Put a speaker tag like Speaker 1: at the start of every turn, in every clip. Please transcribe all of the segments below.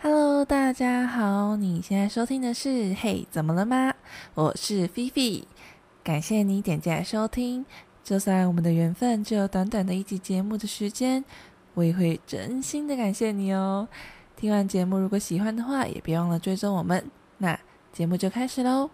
Speaker 1: Hello，大家好，你现在收听的是《嘿，怎么了吗》？我是菲菲，感谢你点进来收听。就算我们的缘分只有短短的一集节目的时间，我也会真心的感谢你哦。听完节目，如果喜欢的话，也别忘了追踪我们。那节目就开始喽。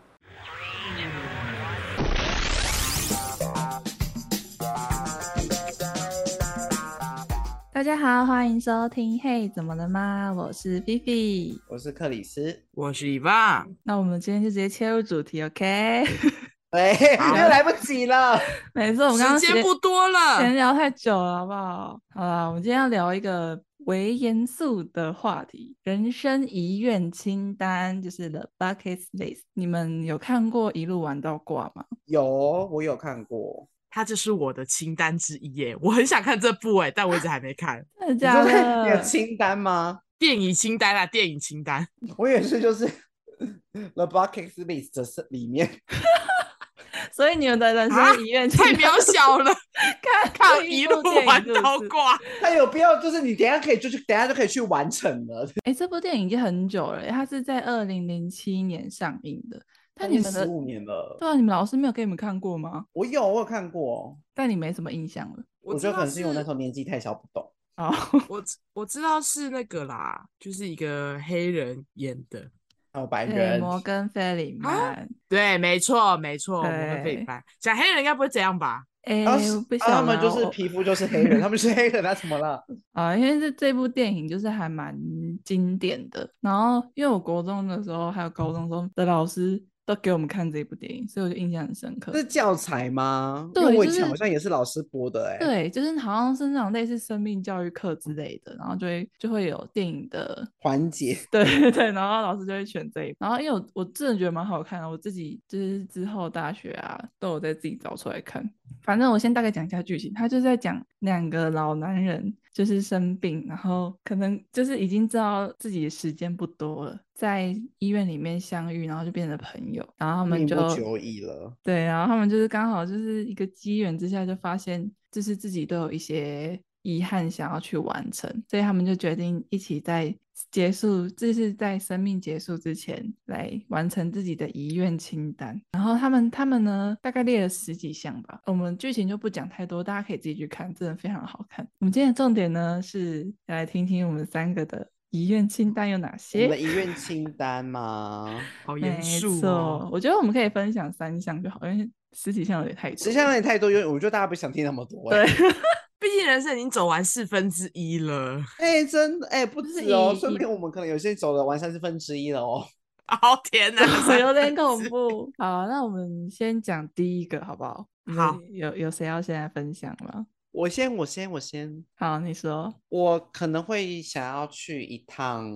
Speaker 1: 大家好，欢迎收听《嘿，怎么了吗》？我是菲菲。
Speaker 2: 我是克里斯。
Speaker 3: 我是伊爸，
Speaker 1: 那我们今天就直接切入主题，OK？
Speaker 2: 哎、
Speaker 3: 好
Speaker 2: 又来不及了。
Speaker 1: 没哦错，我们刚刚
Speaker 3: 时间不多
Speaker 1: 闲
Speaker 3: 了，
Speaker 1: 聊太久了，好不好？好啦，我们今天要聊一个为严肃的话题——人生遗愿清单，就是 The Bucket List。你们有看过《一路玩到挂》吗？
Speaker 2: 有，哦我有看过。
Speaker 3: 它就是我的清单之一耶。我很想看这部哎，但我一直还没看
Speaker 1: 真的
Speaker 2: 你
Speaker 1: 假
Speaker 2: 说看你
Speaker 1: 的
Speaker 2: 的？清单吗？
Speaker 3: 电影清单啊，电影清单。
Speaker 2: 我也是，就是 The Bucket List 的是里面。
Speaker 1: 所以你们的人
Speaker 3: 啊
Speaker 1: 生遗愿清
Speaker 3: 太
Speaker 1: 单
Speaker 3: 渺小 了，
Speaker 1: 看
Speaker 3: 靠
Speaker 1: 看
Speaker 3: 一
Speaker 1: 部
Speaker 3: 路
Speaker 1: 电影
Speaker 3: 玩
Speaker 1: 是不
Speaker 3: 到
Speaker 1: 是
Speaker 3: 挂。
Speaker 2: 它有必要，就是你等一下可以，就是等一下就可以去完成了。
Speaker 1: 哎、这部电影已经很久了耶，它是在二零零七年上映的。但你们
Speaker 2: 十
Speaker 1: 的
Speaker 2: 五年了，
Speaker 1: 对啊，你们老师没有给你们看过吗？
Speaker 2: 我有，我有看过。哦
Speaker 1: 但你没什么印象了。
Speaker 2: 我
Speaker 3: 知
Speaker 2: 觉得
Speaker 3: 道
Speaker 2: 可能是因为我那时候年纪太小，不懂。
Speaker 1: 哦，
Speaker 3: 我知我知道是那个啦，就是一个黑人演的。
Speaker 2: 还有白
Speaker 1: 对，
Speaker 2: 人，
Speaker 1: 摩根·费里
Speaker 3: 啊
Speaker 1: 曼。
Speaker 3: 对，没错，没错，我们
Speaker 1: 对
Speaker 3: 被翻。讲黑人应该不会这样吧？
Speaker 1: 哎、
Speaker 2: 然后
Speaker 1: 我
Speaker 2: 是
Speaker 1: 不晓
Speaker 2: 啊
Speaker 1: 得
Speaker 2: 他们
Speaker 1: 啊
Speaker 2: 就是
Speaker 1: 我
Speaker 2: 皮肤就是黑人，他们是黑人，那怎么了？
Speaker 1: 啊，因为这这部电影就是还蛮经典的。然后，因为我国中的时候还有高中的时候的老师都给我们看这部电影，所以我就印象很深刻。
Speaker 2: 是教材吗？
Speaker 1: 对
Speaker 2: 因为我以
Speaker 1: 就是
Speaker 2: 前好像也是老师播的、欸，哎，
Speaker 1: 对，就是好像是那种类似生命教育课之类的，然后就会就会有电影的
Speaker 2: 环节。
Speaker 1: 对对对，然后老师就会选这一，然后因为我我真的觉得蛮好看的，我自己就是之后大学啊都有在自己找出来看。反正我先大概讲一下剧情，他就在讲两个老男人就是生病，然后可能就是已经知道自己的时间不多了，在医院里面相遇，然后就变成朋友，然后他们
Speaker 2: 命
Speaker 1: 就
Speaker 2: 不嗯久矣了。
Speaker 1: 对，然后他们就是刚好就是一个机缘之下，就发现就是自己都有一些遗憾想要去完成，所以他们就决定一起在结束，就是在生命结束之前来完成自己的遗愿清单。然后他们他们呢，大概列了十几项吧，我们剧情就不讲太多，大家可以自己去看，真的非常好看。我们今天的重点呢是来听听我们三个的遗愿清单有哪
Speaker 2: 我
Speaker 1: 些。
Speaker 2: 们的遗愿清 单吗？
Speaker 3: 好
Speaker 1: 没
Speaker 3: 严肃
Speaker 1: 错
Speaker 3: 哦。，
Speaker 1: 我觉得我们可以分享三项就好，因为十几项有点太多
Speaker 2: 实际
Speaker 1: 了
Speaker 2: 上也太多，因为我觉得大家不想听那么多、欸。
Speaker 1: 对，
Speaker 3: 毕竟人生已经走完四分之一了，
Speaker 2: 哎、真的哎、不
Speaker 1: 就是
Speaker 2: 止哦，
Speaker 1: 以
Speaker 2: 顺
Speaker 1: 以
Speaker 2: 便我们可能有些走了完三分之一了哦。
Speaker 3: 好甜 啊！这
Speaker 1: 有点
Speaker 3: 三分之
Speaker 1: 恐
Speaker 3: 一。
Speaker 1: 怖。好，那我们先讲第一个好不好？你们
Speaker 3: 好
Speaker 1: 有有谁要先来分享吗？
Speaker 2: 我先，我先，我先，
Speaker 1: 好，你说
Speaker 2: 我可能会想要去一趟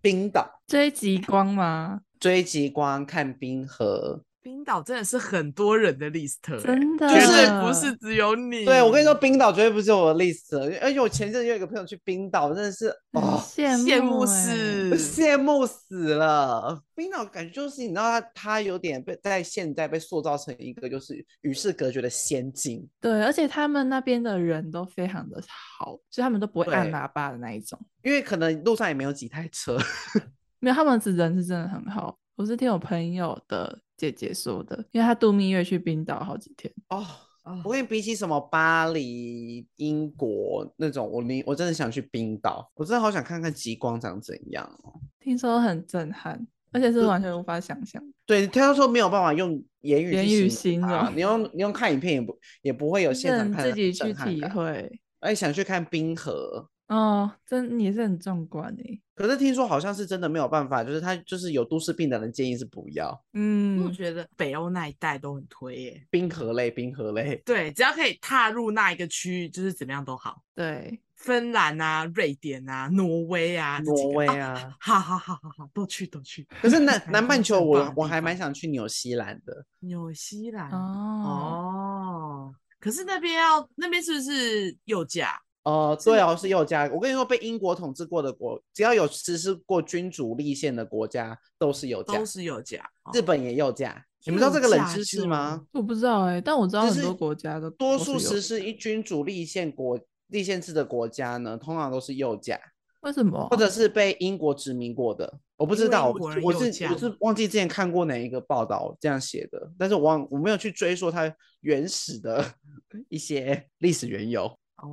Speaker 2: 冰岛，
Speaker 1: 追极光吗？
Speaker 2: 追极光，看冰河。
Speaker 3: 冰岛真的是很多人的 list，、欸、
Speaker 1: 真的
Speaker 3: 绝对不是只有你。
Speaker 2: 对，我跟你
Speaker 1: 嗯
Speaker 2: 说，，冰岛绝对不是我的 list，而且而且我前阵子有一个朋友去冰岛，真的是
Speaker 1: 很
Speaker 2: 哦，
Speaker 1: 羡
Speaker 3: 羡慕
Speaker 1: 欸
Speaker 3: 是
Speaker 2: 我羡慕死了。冰岛感觉就是你知道它，它有点被在现在被塑造成一个就是与世隔绝的仙境。
Speaker 1: 对，而且他们那边的人都非常的好，就他们都不会按
Speaker 2: 对
Speaker 1: 喇叭的那一种。
Speaker 2: 因为可能路上也没有几台车，
Speaker 1: 没有，他们是人是真的很好。我是听我朋友的姐姐说的，因为她度蜜月去冰岛好几天。
Speaker 2: 哦，
Speaker 3: 哦
Speaker 2: 我跟你比起什么巴黎、英国那种，我离我真的想去冰岛，我真的好想看看极光长怎样哦。
Speaker 1: 听说很震撼，而且是
Speaker 2: 嗯
Speaker 1: 完全无法想象。
Speaker 2: 对，他说没有办法用言语
Speaker 1: 言
Speaker 2: 去
Speaker 1: 语
Speaker 2: 形
Speaker 1: 形
Speaker 2: 容它
Speaker 1: 容
Speaker 2: 你用你用看影片也不也不会有现
Speaker 1: 真
Speaker 2: 场
Speaker 1: 的
Speaker 2: 看
Speaker 1: 自
Speaker 2: 的
Speaker 1: 己去
Speaker 2: 震撼
Speaker 1: 体
Speaker 2: 感，
Speaker 1: 会
Speaker 2: 而且想去看冰河。
Speaker 1: 哦，真也是很壮观欸诶。
Speaker 2: 可是听说好像是真的没有办法，就是他就是有都市病的人建议是不要
Speaker 3: 我
Speaker 1: 嗯，
Speaker 3: 觉得北欧那一带都很推耶。
Speaker 2: 冰河类，冰河类。
Speaker 3: 对，只要可以踏入那一个区域，就是怎么样都好。
Speaker 1: 对，
Speaker 3: 芬兰啊、瑞典啊、挪威 啊，这几
Speaker 2: 挪
Speaker 3: 个
Speaker 2: 威
Speaker 3: 啊，
Speaker 2: 啊，
Speaker 3: 好好好好好，都去都去。
Speaker 2: 可是
Speaker 3: 还
Speaker 2: 南南
Speaker 3: 真
Speaker 2: 半
Speaker 3: 是
Speaker 2: 球
Speaker 3: 很棒
Speaker 2: 我
Speaker 3: 的
Speaker 2: 我
Speaker 3: 地
Speaker 2: 还蛮
Speaker 3: 方
Speaker 2: 想去纽西兰的，
Speaker 3: 纽西兰
Speaker 1: 哦，
Speaker 3: 哦，可是那边要那边是不是右驾？
Speaker 2: 哦，
Speaker 3: 是
Speaker 2: 对哦，是右家。我跟你说，被英国统治过的国，只要有实施过君主立宪的国家，都是右家
Speaker 3: 都。是右驾。哦
Speaker 2: 日本也右家，你们知道这
Speaker 3: 右
Speaker 2: 个冷
Speaker 3: 驾
Speaker 2: 知识
Speaker 3: 就
Speaker 2: 吗？
Speaker 1: 我不知道诶，但我知道
Speaker 2: 就
Speaker 1: 很
Speaker 2: 是
Speaker 1: 多国家都
Speaker 2: 多
Speaker 1: 都是
Speaker 2: 数
Speaker 1: 有
Speaker 2: 实施一君主立宪国立宪制的国家呢，通常都是右家。
Speaker 1: 为什么？
Speaker 2: 或者是被英国殖民过的，我不
Speaker 3: 因
Speaker 2: 知
Speaker 3: 为
Speaker 2: 道，
Speaker 3: 英
Speaker 2: 我
Speaker 3: 国
Speaker 2: 是
Speaker 3: 人
Speaker 2: 我
Speaker 3: 右
Speaker 2: 是我
Speaker 3: 降
Speaker 2: 是忘记之前看过哪一个报道这样写的，但是我忘我没有去追溯它原始的 一些历史缘由。
Speaker 3: 哦，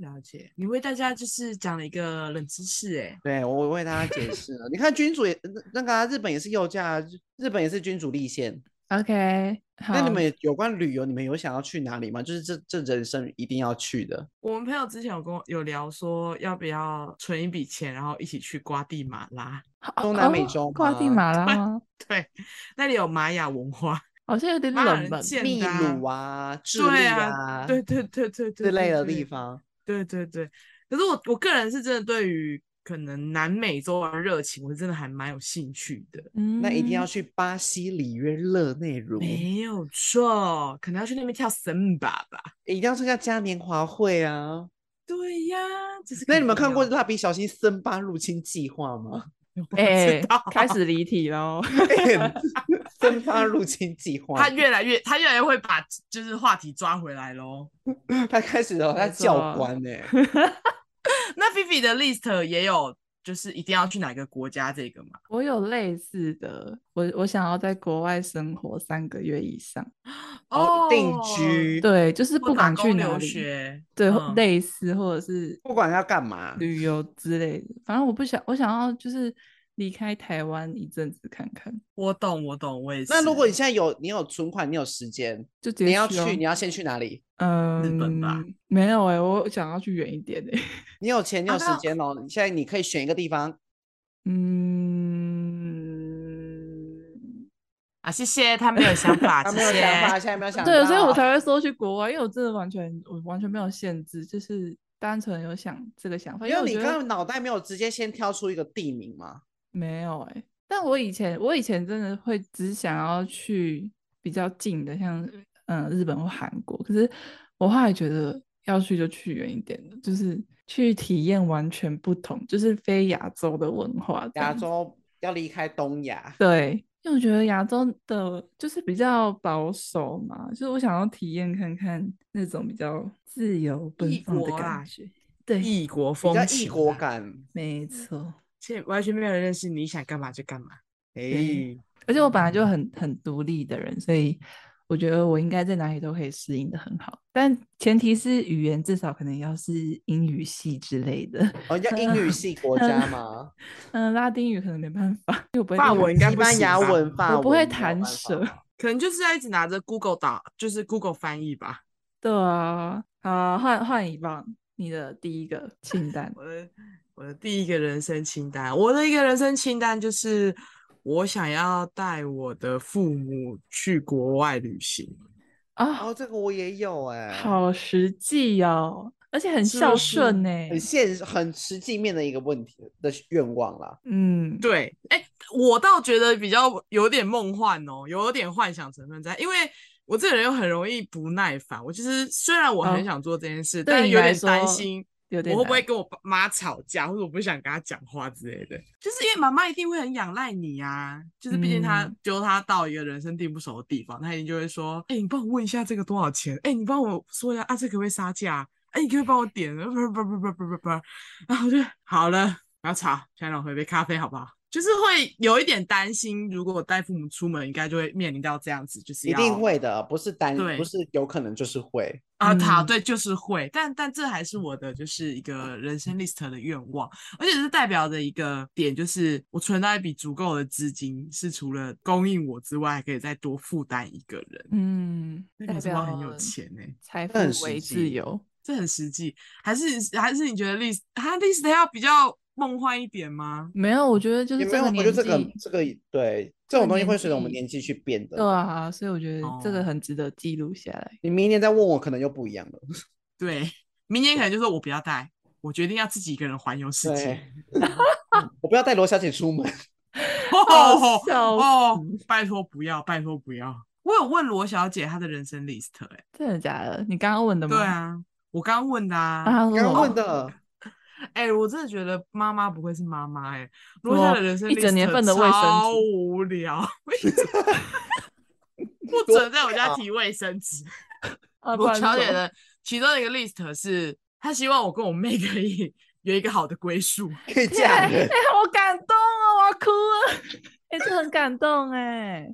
Speaker 3: 了解。你为大家就是讲了一个冷知识，哎，
Speaker 2: 对我为大家 解释了，你看君主也那个、啊、日本也是右驾，日本也是君主立宪。
Speaker 1: OK，好，
Speaker 2: 那你们有关旅游，你们有想要去哪里吗？就是这这人生一定要去的。
Speaker 3: 我们朋友之前有跟我有聊说，要不要存一笔钱，然后一起去瓜地马拉？
Speaker 1: 好
Speaker 2: 中南美
Speaker 1: 哦
Speaker 2: 洲
Speaker 1: 瓜地
Speaker 2: 吗
Speaker 1: 马拉 吗？
Speaker 3: 对，那里有玛雅文化，
Speaker 1: 好像有点
Speaker 3: 玛雅
Speaker 1: 冷
Speaker 3: 人
Speaker 1: 门。
Speaker 3: 建
Speaker 2: 秘
Speaker 3: 的、
Speaker 2: 鲁啊、智利啊
Speaker 3: 对对对对对对
Speaker 2: 之类的
Speaker 3: 对
Speaker 2: 地方，
Speaker 3: 对对对，可是我我个人是真的对于可能南美洲的热情，我是真的还蛮有兴趣的。
Speaker 1: 嗯，
Speaker 2: 那一定要去巴西里约热内卢，一
Speaker 3: 没有错，可能要去那边跳森巴吧。
Speaker 2: 定要参加嘉年华会啊。
Speaker 3: 对呀，这是
Speaker 2: 那
Speaker 3: 肯
Speaker 2: 你们
Speaker 3: 定
Speaker 2: 看过《
Speaker 3: 要的
Speaker 2: 蜡笔小新森巴入侵计划》吗？
Speaker 3: 我
Speaker 1: 哎、
Speaker 3: 知道
Speaker 1: 开始离题喽。
Speaker 2: 森巴入侵计划，
Speaker 3: 他越来越他越来越会把就是话题抓回来喽。
Speaker 2: 他开始了，他
Speaker 1: 没
Speaker 2: 教
Speaker 1: 错
Speaker 2: 官呢、欸？
Speaker 3: 那菲菲的 list 也有就是一定要去哪个国家这个嘛？
Speaker 1: 我有类似的，我我想要在国外生活三个月以上，
Speaker 2: 哦定居
Speaker 1: 对，就是不
Speaker 3: 或打
Speaker 1: 管去
Speaker 3: 工
Speaker 1: 哪
Speaker 3: 留
Speaker 1: 里，
Speaker 3: 学，
Speaker 1: 对，
Speaker 3: 嗯
Speaker 1: 类似或者是
Speaker 2: 不管要干嘛，
Speaker 1: 旅游之类的，反正我不想，我想要就是离开台湾一阵子看看，
Speaker 3: 我懂我懂，我也是。
Speaker 2: 那如果你现在有你有存款，你有时间，
Speaker 1: 就直接
Speaker 2: 你要
Speaker 1: 哦
Speaker 2: 去，你要先去哪里？
Speaker 1: 嗯，
Speaker 3: 日本吧
Speaker 1: 没有哎、我想要去远一点哎、
Speaker 2: 你有钱，你有
Speaker 3: 啊
Speaker 2: 时
Speaker 3: 那
Speaker 2: 间哦。你现在你可以选一个地方，
Speaker 1: 嗯，
Speaker 3: 啊，谢谢他没有想法，
Speaker 2: 他
Speaker 3: 谢
Speaker 2: 没有
Speaker 3: 谢。
Speaker 2: 想法，现在没有想
Speaker 1: 对，所以我
Speaker 2: 到
Speaker 1: 才会说去国外，因为我真的完全我完全没有限制，就是单纯有想这个想法，因
Speaker 2: 因
Speaker 1: 为我
Speaker 2: 为你
Speaker 1: 觉
Speaker 2: 刚
Speaker 1: 得
Speaker 2: 刚脑袋没有直接先挑出一个地名 嘛。
Speaker 1: 没有哎、但我以前我以前真的会只想要去比较近的，像嗯、呃日本或韩国，可是我后来觉得要去就去远一点的，就是去体验完全不同，就是非亚洲的文化这
Speaker 2: 亚
Speaker 1: 样子。
Speaker 2: 洲要离开东亚，
Speaker 1: 对，因为我觉得亚洲的就是比较保守嘛，就是我想要体验看看那种比较自由奔
Speaker 3: 异
Speaker 1: 放的
Speaker 3: 国啦
Speaker 1: 感觉。对，
Speaker 3: 异国
Speaker 2: 比
Speaker 3: 风
Speaker 2: 较异
Speaker 3: 情
Speaker 2: 国
Speaker 3: 啊，
Speaker 2: 感。
Speaker 1: 没错。
Speaker 3: 现在完全没有人认识你，想干嘛就干嘛。
Speaker 2: 诶，
Speaker 1: 而且我本来就很很独立的人，所以我觉得我应该在哪里都可以适应的很好。但前提是语言至少可能要是英语系之类 的，
Speaker 2: 哦，叫英语系国 家吗？
Speaker 1: 嗯，拉丁语可能没办法，因为我不会
Speaker 3: 法
Speaker 1: 英语
Speaker 3: 文应该
Speaker 2: 西
Speaker 3: 不
Speaker 2: 班
Speaker 3: 行
Speaker 2: 牙
Speaker 3: 吧
Speaker 2: 文、法文
Speaker 1: 我不会
Speaker 2: 没有
Speaker 1: 弹
Speaker 2: 办法
Speaker 1: 舌。
Speaker 3: 可能就是要一直拿着 Google 打，就是 Google 翻译吧。
Speaker 1: 对啊，好，换换一棒，你的第一个清 单。
Speaker 3: 我的我的第一个人生清单，我的一个人生清单就是我想要带我的父母去国外旅行，
Speaker 1: 啊，
Speaker 2: 哦，这个我也有哎、，
Speaker 1: 好实际哦，而且很
Speaker 3: 是不
Speaker 1: 孝
Speaker 3: 是
Speaker 1: 顺呢、欸
Speaker 2: 很。现实、很实际面的一个问题的愿望啦。
Speaker 1: 嗯，
Speaker 3: 对，哎、我倒觉得比较有点梦幻哦，有点幻想成分在，因为我这个人又很容易不耐烦。我其实虽然我
Speaker 1: 哦
Speaker 3: 很想做这件事，
Speaker 1: 对
Speaker 3: 但
Speaker 1: 你
Speaker 3: 有
Speaker 1: 来
Speaker 3: 点担
Speaker 1: 说
Speaker 3: 心
Speaker 1: 有
Speaker 3: 我
Speaker 1: 点
Speaker 3: 会不会
Speaker 1: 难
Speaker 3: 跟我爸妈吵架，或者我不想跟他讲话之类的。就是因为妈妈一定会很仰赖你啊，就是毕竟她
Speaker 1: 嗯
Speaker 3: 丢她到一个人生地不熟的地方，她一定就会说：“哎、你帮我问一下这个多少钱？哎、你帮我说一下啊，这可不可以杀价？哎、你可不可以帮我点？不不不不不不不。”然后我就好了，不要吵，先让我喝杯咖啡好不好？就是会有一点担心，如果我带父母出门，应该就会面临到这样子，就是
Speaker 2: 一
Speaker 3: 要
Speaker 2: 定会的，不是单，
Speaker 3: 对
Speaker 2: 不是有可能就是会。
Speaker 3: 啊，塔
Speaker 1: 嗯
Speaker 3: 对，就是会，但但这还是我的就是一个人生 list 的愿望，而且是代表着一个点，就是我存到一笔足够的资金，是除了供应我之外，还可以再多负担一个人。
Speaker 1: 嗯，
Speaker 3: 那
Speaker 1: 代
Speaker 3: 个时候很有
Speaker 1: 表
Speaker 3: 钱呢、
Speaker 1: 财富
Speaker 2: 那很实
Speaker 1: 为自
Speaker 2: 际
Speaker 1: 由。
Speaker 3: 这很实际。还是还是你觉得 list 他 list 要比较梦幻一点吗？
Speaker 1: 没有，我觉得就是
Speaker 2: 也
Speaker 1: 这
Speaker 2: 没
Speaker 1: 个
Speaker 2: 有，我觉得
Speaker 1: 年
Speaker 2: 这个
Speaker 1: 纪，
Speaker 2: 这个对这
Speaker 1: 这
Speaker 2: 种
Speaker 1: 个
Speaker 2: 东西会
Speaker 1: 年
Speaker 2: 随着我们
Speaker 1: 纪
Speaker 2: 年纪去变的。
Speaker 1: 对啊，所以我觉得这个
Speaker 3: 哦
Speaker 1: 很值得记录下 来。
Speaker 2: 你明年再问我，可能又不一样了。
Speaker 3: 对，明年可能就说我不要带，我决定要自己一个人环游世界
Speaker 2: 对。， 我不要带罗小姐出门。
Speaker 3: 哦
Speaker 1: 笑
Speaker 3: 哦
Speaker 1: 死，
Speaker 3: 拜托不要，拜托不要。我有问罗小姐她的人生 list 哎、
Speaker 1: 真的假的？你刚刚问的吗？
Speaker 3: 对，啊，我刚刚问的
Speaker 1: 啊，
Speaker 3: 啊，
Speaker 1: 他
Speaker 2: 刚
Speaker 1: 说
Speaker 2: 刚 问
Speaker 1: 哦
Speaker 2: 的，
Speaker 3: 哎、我真的觉得妈妈不会是妈妈哎，
Speaker 1: 么
Speaker 3: 罗小姐的人生
Speaker 1: 一整年
Speaker 3: list
Speaker 1: 份的卫生纸
Speaker 3: 超无聊， 不准在我家提卫生纸。
Speaker 1: 啊，不
Speaker 3: 罗
Speaker 1: 然是
Speaker 3: 小
Speaker 1: 什
Speaker 3: 姐
Speaker 1: 么
Speaker 3: 的其中一个 list 是，她希望我跟我妹可以有一个好的归宿。
Speaker 2: 可以
Speaker 1: 天啊
Speaker 2: 嫁
Speaker 1: 哎、
Speaker 2: 人，
Speaker 1: 好感动哦，我要哭了，哎、这很感动哎、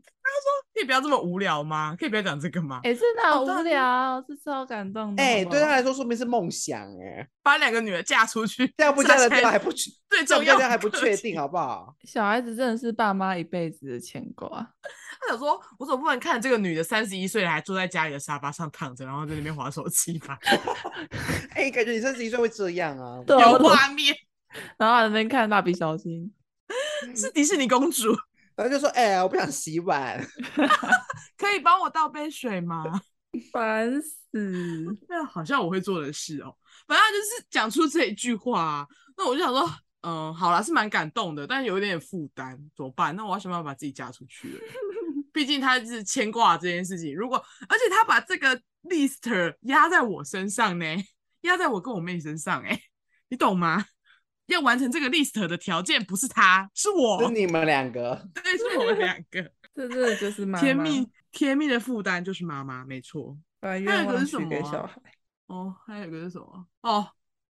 Speaker 3: 可以不要这么无聊吗？可以不要讲这个吗？
Speaker 1: 哎、真的好
Speaker 3: 当
Speaker 1: 无
Speaker 3: 然
Speaker 1: 聊，哦这超感动的。
Speaker 2: 哎、
Speaker 1: 好不
Speaker 2: 对他
Speaker 1: 好
Speaker 2: 来说说明是梦想哎、
Speaker 3: 把两个女儿嫁 出去，
Speaker 2: 嫁不嫁
Speaker 3: 才
Speaker 2: 得掉还不确
Speaker 3: 最
Speaker 2: 嫁
Speaker 3: 重
Speaker 2: 不嫁
Speaker 3: 要
Speaker 2: 得掉还不
Speaker 3: 的
Speaker 2: 确
Speaker 3: 课题
Speaker 2: 定，好不好？
Speaker 1: 小孩子真的是爸妈一辈子的牵挂。啊
Speaker 3: 他想说，我总不能看着这个女的三十一岁了还坐在家里的沙发上躺着，然后在那边划手 机吧？
Speaker 2: 哎、感觉你三十一岁会这样 啊？
Speaker 1: 对啊，
Speaker 3: 有
Speaker 1: 我
Speaker 3: 画面，
Speaker 1: 然后还在那边看蜡笔小新，
Speaker 3: 是迪士尼公主，
Speaker 2: 然后就说，哎、我不想洗碗，
Speaker 3: 可以帮我倒杯水吗？
Speaker 1: 烦死！
Speaker 3: 那好像我会做的事哦。反正他就是讲出这一句话、啊，那我就想说，嗯，好啦，是蛮感动的，但有一点点负担，怎么办？那我要想办法把自己嫁出去了 毕竟他是牵挂这件事情。如果而且他把这个 list 压在我身上呢，压在我跟我妹身上、哎，你懂吗？要完成这个 list 的条件不是他，是
Speaker 1: 哦
Speaker 2: 是
Speaker 3: 我，
Speaker 2: 你们两个，
Speaker 3: 对，是我们两 个
Speaker 1: 这真的 就是妈妈
Speaker 3: 甜蜜甜蜜的负担就是妈妈，没错。
Speaker 1: 把
Speaker 3: 还有
Speaker 1: 愿
Speaker 3: 一个
Speaker 1: 望
Speaker 3: 是什
Speaker 1: 许给
Speaker 3: 么啊
Speaker 1: 小孩。
Speaker 3: 哦，还有一个是什么？哦，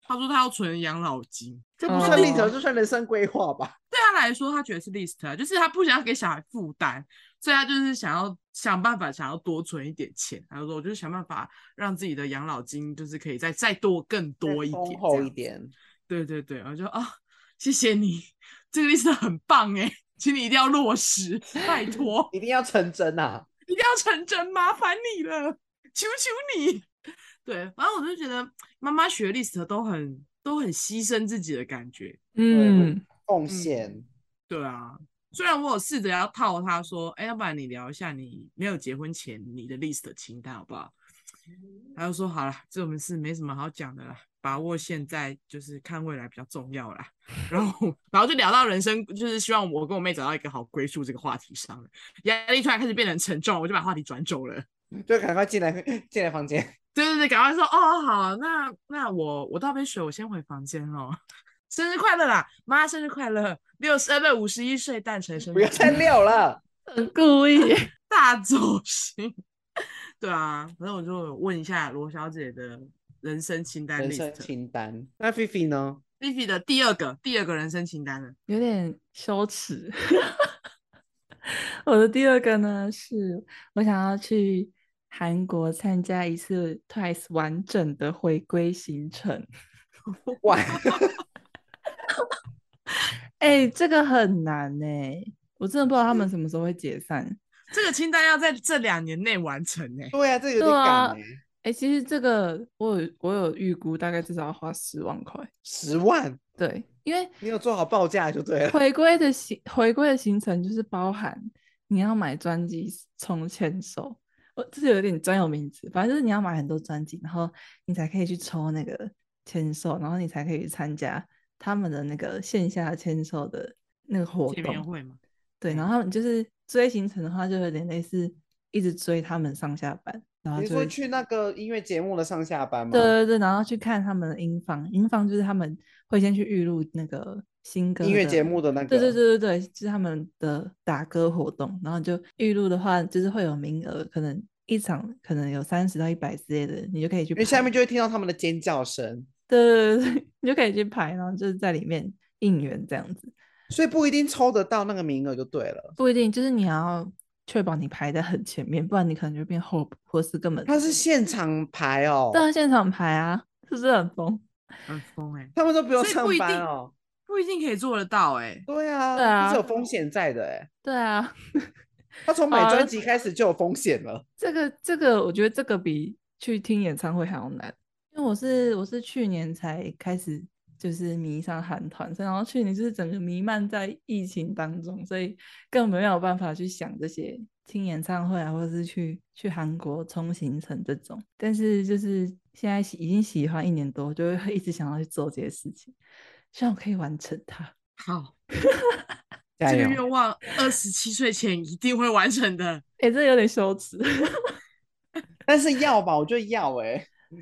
Speaker 3: 他说他要存养老金，
Speaker 2: 这
Speaker 1: 哦
Speaker 2: 不算命条，这算人生规划吧？
Speaker 3: 对他来说，他觉得是 list 啊，就是他不想要给小孩负担，所以他就是想要想办法，想要多存一点钱。他就说，我就是想办法让自己的养老金就是可以再再多更多一点，
Speaker 2: 丰
Speaker 3: 这
Speaker 2: 厚
Speaker 3: 样
Speaker 2: 一。点。
Speaker 3: 对对对，我就啊、谢谢你， 这个 list 很棒哎，请你一定要落实，拜托。
Speaker 2: 一定要成真啊！
Speaker 3: 一定要成真，麻烦你了， 求求你。对，反正我就觉得妈妈学 list 都很都很牺牲自己的感觉。
Speaker 1: 嗯，
Speaker 2: 奉献，
Speaker 3: 对啊，虽然我有试着要套他说，哎、要不然你聊一下你没有结婚前你的 list 的清单好不好？他就说好了，这种事没什么好讲的啦，把握现在就是看未来比较重要啦。 然后，然后就聊到人生，就是希望我跟我妹找到一个好归宿这个话题上了。压力突然开始变得很沉重，我就把话题转走了。
Speaker 2: 就赶快进来，进来房间。
Speaker 3: 对对对，赶快说哦，好，那那我我倒杯水，我先回房间喽。 生日快乐啦，妈，生日快乐！六十呃不五十一岁诞辰生日
Speaker 2: 不要
Speaker 3: 快
Speaker 2: 再
Speaker 3: 乐，
Speaker 2: 溜了，
Speaker 1: 很故意。
Speaker 3: 大走心。 对啊，反正我就问一下罗小姐的人生清单
Speaker 2: 人生
Speaker 3: list。
Speaker 2: 清单。那菲菲呢？
Speaker 3: Vivi 的第二个第二个人生清单了，
Speaker 1: 有点羞耻。我的第二个呢，是我想要去韩国参加一次 Twice 完整的回归行程。
Speaker 2: 哇，
Speaker 1: 哎、这个很难哎、我真的不知道他们什么时候会解散。
Speaker 3: 这个清单要在这两年内完成呢、
Speaker 2: 对啊，这个有
Speaker 1: 对
Speaker 2: 点
Speaker 1: 啊
Speaker 2: 赶哎，
Speaker 1: 哎、其实这个我有我有预估，大概至少要花十万块。
Speaker 2: 十万，
Speaker 1: 对，因为
Speaker 2: 你有做好报价就对了。
Speaker 1: 回归的行回归的行程就是包含你要买专辑冲签售，我这是有点专有名词，反正就是你要买很多专辑，然后你才可以去抽那个签售，然后你才可以去参加他们的那个线下签售的那个活
Speaker 3: 见面
Speaker 1: 动。
Speaker 3: 会嘛，
Speaker 1: 对，然后他们就是追行程的话，就有点类似一直追他们上下班，然后
Speaker 2: 你
Speaker 1: 就
Speaker 2: 说
Speaker 1: 会
Speaker 2: 去那个音乐节目的上下班吗？
Speaker 1: 啊对，对对，然后去看他们的音房，音房就是他们会先去预录那个新歌
Speaker 2: 音乐
Speaker 1: 的
Speaker 2: 节目的那个。
Speaker 1: 对对。对对对，就是他们的打歌活动，然后就预录的话，就是会有名额，可能一场可能有三十到一百之类的，你就可以去
Speaker 2: 因
Speaker 1: 排。
Speaker 2: 为下面就会听到他们的尖叫声，
Speaker 1: 对对对 对，你就可以去排，然后就是在里面应援这样子，
Speaker 2: 所以不一定抽得到那个名额就对了。
Speaker 1: 不一定就是你要确保你排在很前面，不然你可能就变后补，或是根本
Speaker 2: 他是现场排哦，
Speaker 1: 对啊现场排啊，是不是很疯？
Speaker 3: 很疯 哎、
Speaker 2: 他们都不用
Speaker 3: 所以
Speaker 2: 上
Speaker 3: 不一定
Speaker 2: 班哦。
Speaker 3: 不一定可以做得到哎、
Speaker 2: 对啊，
Speaker 1: 对啊
Speaker 2: 这是有风险在的哎，
Speaker 1: 对啊，
Speaker 2: 他从买
Speaker 1: 好啊
Speaker 2: 专辑开始就有风险了。
Speaker 1: 这个这个，我觉得这个比去听演唱会还要难，因为我是我是去年才开始就是迷上韩团，所以然后去年就是整个弥漫在疫情当中，所以更没有办法去想这些听演唱会啊，或者是去去韩国冲行程这种。但是就是现在喜已经喜欢一年多，就会一直想要去做这些事情，希望我可以完成它。
Speaker 3: 好，
Speaker 2: 加
Speaker 3: 这个
Speaker 2: 油！
Speaker 3: 愿望二十七岁前一定会完成的。
Speaker 1: 哎、这有点羞耻。
Speaker 2: 但是要吧，我觉得要哎、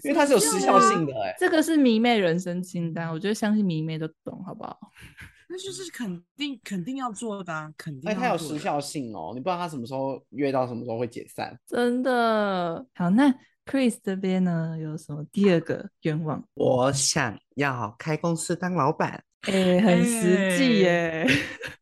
Speaker 2: 因为它是有时效
Speaker 1: 啊
Speaker 2: 性的哎、
Speaker 1: 这个是迷妹人生清单，我觉得相信迷妹都懂，好不好？
Speaker 3: 那就是肯定肯定要做的、啊，肯定
Speaker 2: 哎而且它
Speaker 3: 要
Speaker 2: 有
Speaker 3: 做
Speaker 2: 时
Speaker 3: 的。
Speaker 2: 效性哦，你不知道它什么时候约到什么时候会解散。
Speaker 1: 真的好，那 Chris 这边呢有什么第二个愿望？
Speaker 2: 我想要开公司当老板，
Speaker 1: 哎、很实际
Speaker 2: 哎
Speaker 1: 耶、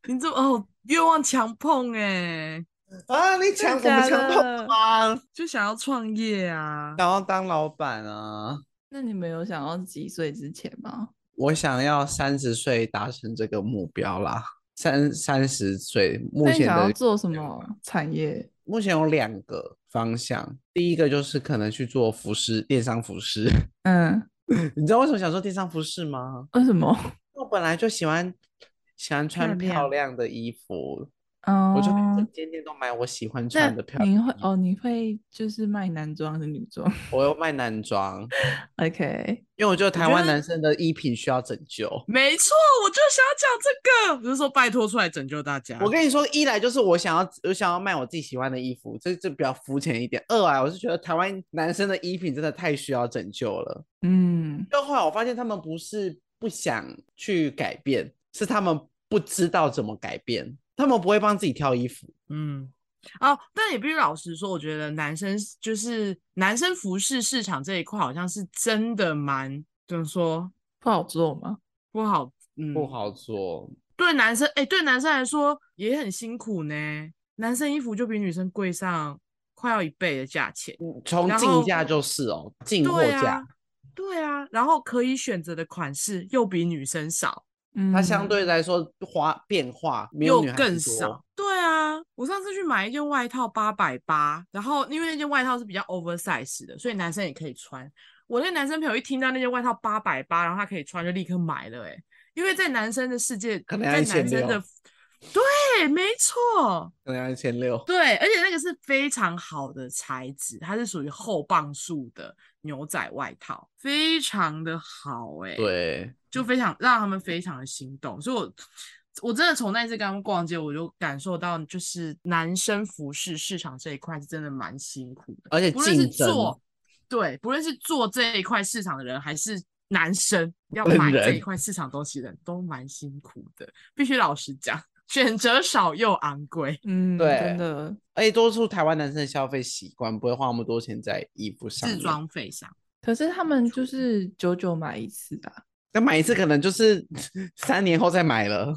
Speaker 3: 你怎么哦？愿望强碰哎、
Speaker 2: 啊，你抢什
Speaker 1: 真的
Speaker 2: 么抢
Speaker 1: 假
Speaker 2: 到
Speaker 1: 的
Speaker 2: 吗？
Speaker 3: 就想要创业啊。
Speaker 2: 想要当老板啊！
Speaker 1: 那你们有想要几岁之前吗？
Speaker 2: 我想要三十岁达成这个目标啦。三三十岁，目
Speaker 1: 那你
Speaker 2: 前
Speaker 1: 想要
Speaker 2: 的
Speaker 1: 做什么产业？
Speaker 2: 目前有两个方向，第一个就是可能去做服饰，电商服饰。
Speaker 1: 嗯，
Speaker 2: 你知道为什么想做电商服饰吗？
Speaker 1: 为什么？
Speaker 2: 我本来就喜欢喜欢穿
Speaker 3: 漂
Speaker 2: 漂亮的衣服，
Speaker 1: 哦，
Speaker 2: 我就看整间店都买我喜欢穿的嗯漂
Speaker 1: 那
Speaker 2: 亮。
Speaker 1: 你会哦，你会就是卖男装还是女装
Speaker 2: 我又卖男装，
Speaker 1: ？OK，
Speaker 2: 因为我觉得台湾
Speaker 3: 得嗯
Speaker 2: 男生的衣品需要拯救。
Speaker 3: 没错，我就想要讲这个，我就说拜托出来拯救大家。
Speaker 2: 我跟你说，一来就是我想要，我想要卖我自己喜欢的衣服，这这比较肤浅一点；二来我是觉得台湾男生的衣品真的太需要拯救了。
Speaker 1: 嗯，
Speaker 2: 但后来我发现他们不是不想去改变，是他们不知道怎么改变，他们不会帮自己挑衣服。
Speaker 3: 嗯，哦，但也必须老实说，我觉得男生是就是男生服饰市场这一块，好像是真的蛮怎么说
Speaker 1: 不好做吗？
Speaker 3: 不好，嗯，
Speaker 2: 不。好做，
Speaker 3: 对男生，哎、对男生来说也很辛苦呢。男生衣服就比女生贵上快要一倍的价钱，
Speaker 2: 嗯从
Speaker 3: 然后
Speaker 2: 进价就是哦，进货
Speaker 3: 对
Speaker 2: 价，
Speaker 3: 啊，对啊，然后可以选择的款式又比女生少，
Speaker 1: 嗯，
Speaker 2: 它相对来说花变化没有
Speaker 3: 又
Speaker 2: 女孩子
Speaker 3: 更
Speaker 2: 多
Speaker 3: 少。。对啊，我上次去买一件外套八百八，然后因为那件外套是比较 oversize 的，所以男生也可以穿。我那个男生朋友一听到那件外套八百八，然后他可以穿，就立刻买了、欸。因为在男生的世界，
Speaker 2: 可能要
Speaker 3: 在男生的
Speaker 2: 1600，
Speaker 3: 对，没错，
Speaker 2: 可能要一千六。
Speaker 3: 对，而且那个是非常好的材质，它是属于厚磅数的牛仔外套，非常的好哎、，
Speaker 2: 对，
Speaker 3: 就非常让他们非常的心动。所以我我真的从那一次跟他们逛街，我就感受到，就是男生服饰市场这一块是真的蛮辛苦的，
Speaker 2: 而且
Speaker 3: 不论是
Speaker 2: 竞争
Speaker 3: 做对，不论是做这一块市场的人，还是男生要
Speaker 2: 本
Speaker 3: 买这一
Speaker 2: 人
Speaker 3: 块市场东西的人，都蛮辛苦的，必须老实讲，选择少又昂贵。
Speaker 1: 嗯，
Speaker 2: 对
Speaker 1: 真的，
Speaker 2: 而且多数哎台湾男生的消费习惯不会花那么多钱在衣服上
Speaker 3: 自
Speaker 2: 面，
Speaker 3: 装费上，
Speaker 1: 可是他们就是久久买一次啊。
Speaker 2: 但买一次可能就是 三年后再买了。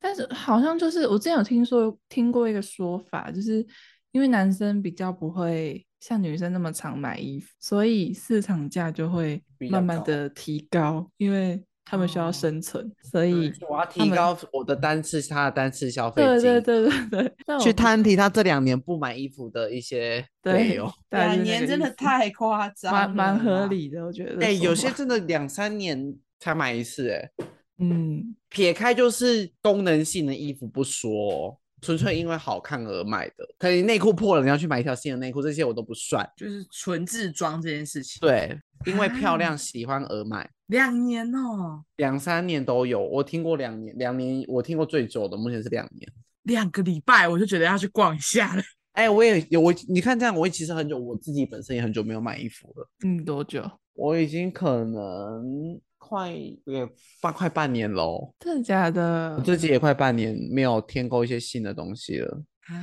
Speaker 1: 但是好像就是我之前有听说听过一个说法，就是因为男生比较不会像女生那么常买衣服，所以市场价就会
Speaker 2: 比较
Speaker 1: 慢慢
Speaker 2: 高
Speaker 1: 的提高，因为他们需要
Speaker 3: 哦
Speaker 1: 生存，所以
Speaker 2: 我要
Speaker 1: 嗯他
Speaker 2: 提
Speaker 1: 们
Speaker 2: 高我的单次，他的单次消费
Speaker 1: 对
Speaker 2: 金，
Speaker 1: 对对对 对，但我
Speaker 2: 去
Speaker 1: 不
Speaker 2: 摊提他这两年不买衣服的一些
Speaker 1: 对
Speaker 2: 费用。
Speaker 1: 大
Speaker 3: 啊
Speaker 1: 概就是那个意思
Speaker 3: 夸
Speaker 1: 蛮蛮合
Speaker 3: 啦。
Speaker 1: 理的，我觉得
Speaker 2: 哎、
Speaker 1: 说
Speaker 2: 有些
Speaker 1: 法
Speaker 2: 真的两三年才买一次、哎，
Speaker 1: 嗯
Speaker 2: 撇开就是功能性的衣服不说哦、纯粹因为好看而买的，可以内裤破了你要去买一条新的内裤，这些我都不算。
Speaker 3: 就是纯自装这件事情，，
Speaker 2: 对，因为漂
Speaker 3: 啊
Speaker 2: 亮喜欢而买。
Speaker 3: 两年哦，
Speaker 2: 两三年都有，我听过两年，两年我听过最久的，目前是两年。
Speaker 3: 两个礼拜我就觉得要去逛一下了。
Speaker 2: 哎，我也有我，你看这样，我也其实很久，我自己本身也很久没有买衣服了，
Speaker 1: 嗯多久？
Speaker 2: 我已经可能快也半快半年喽，
Speaker 1: 真的假的
Speaker 2: 我？自己也快半年没有添购一些新的东西了。
Speaker 3: 啊，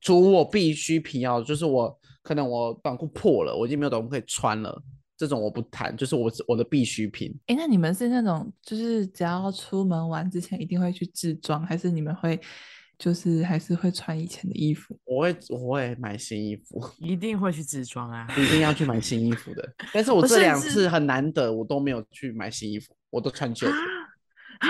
Speaker 2: 除我必须皮要，就是我可能我短裤破了，我已经没有短裤可以穿了，这种我不谈，就是我我的必需品。
Speaker 1: 哎、那你们是那种就是只要出门玩之前一定会去自装，还是你们会就是还是会穿以前的衣服？
Speaker 2: 我会我会买新衣服。
Speaker 3: 一定会去自装啊！
Speaker 2: 一定要去买新衣服的。但是我
Speaker 3: 我
Speaker 2: 这
Speaker 3: 甚
Speaker 2: 两
Speaker 3: 至
Speaker 2: 次很难得，我都没有去买新衣服，我都穿旧
Speaker 3: 啊
Speaker 2: 的。
Speaker 3: 啊，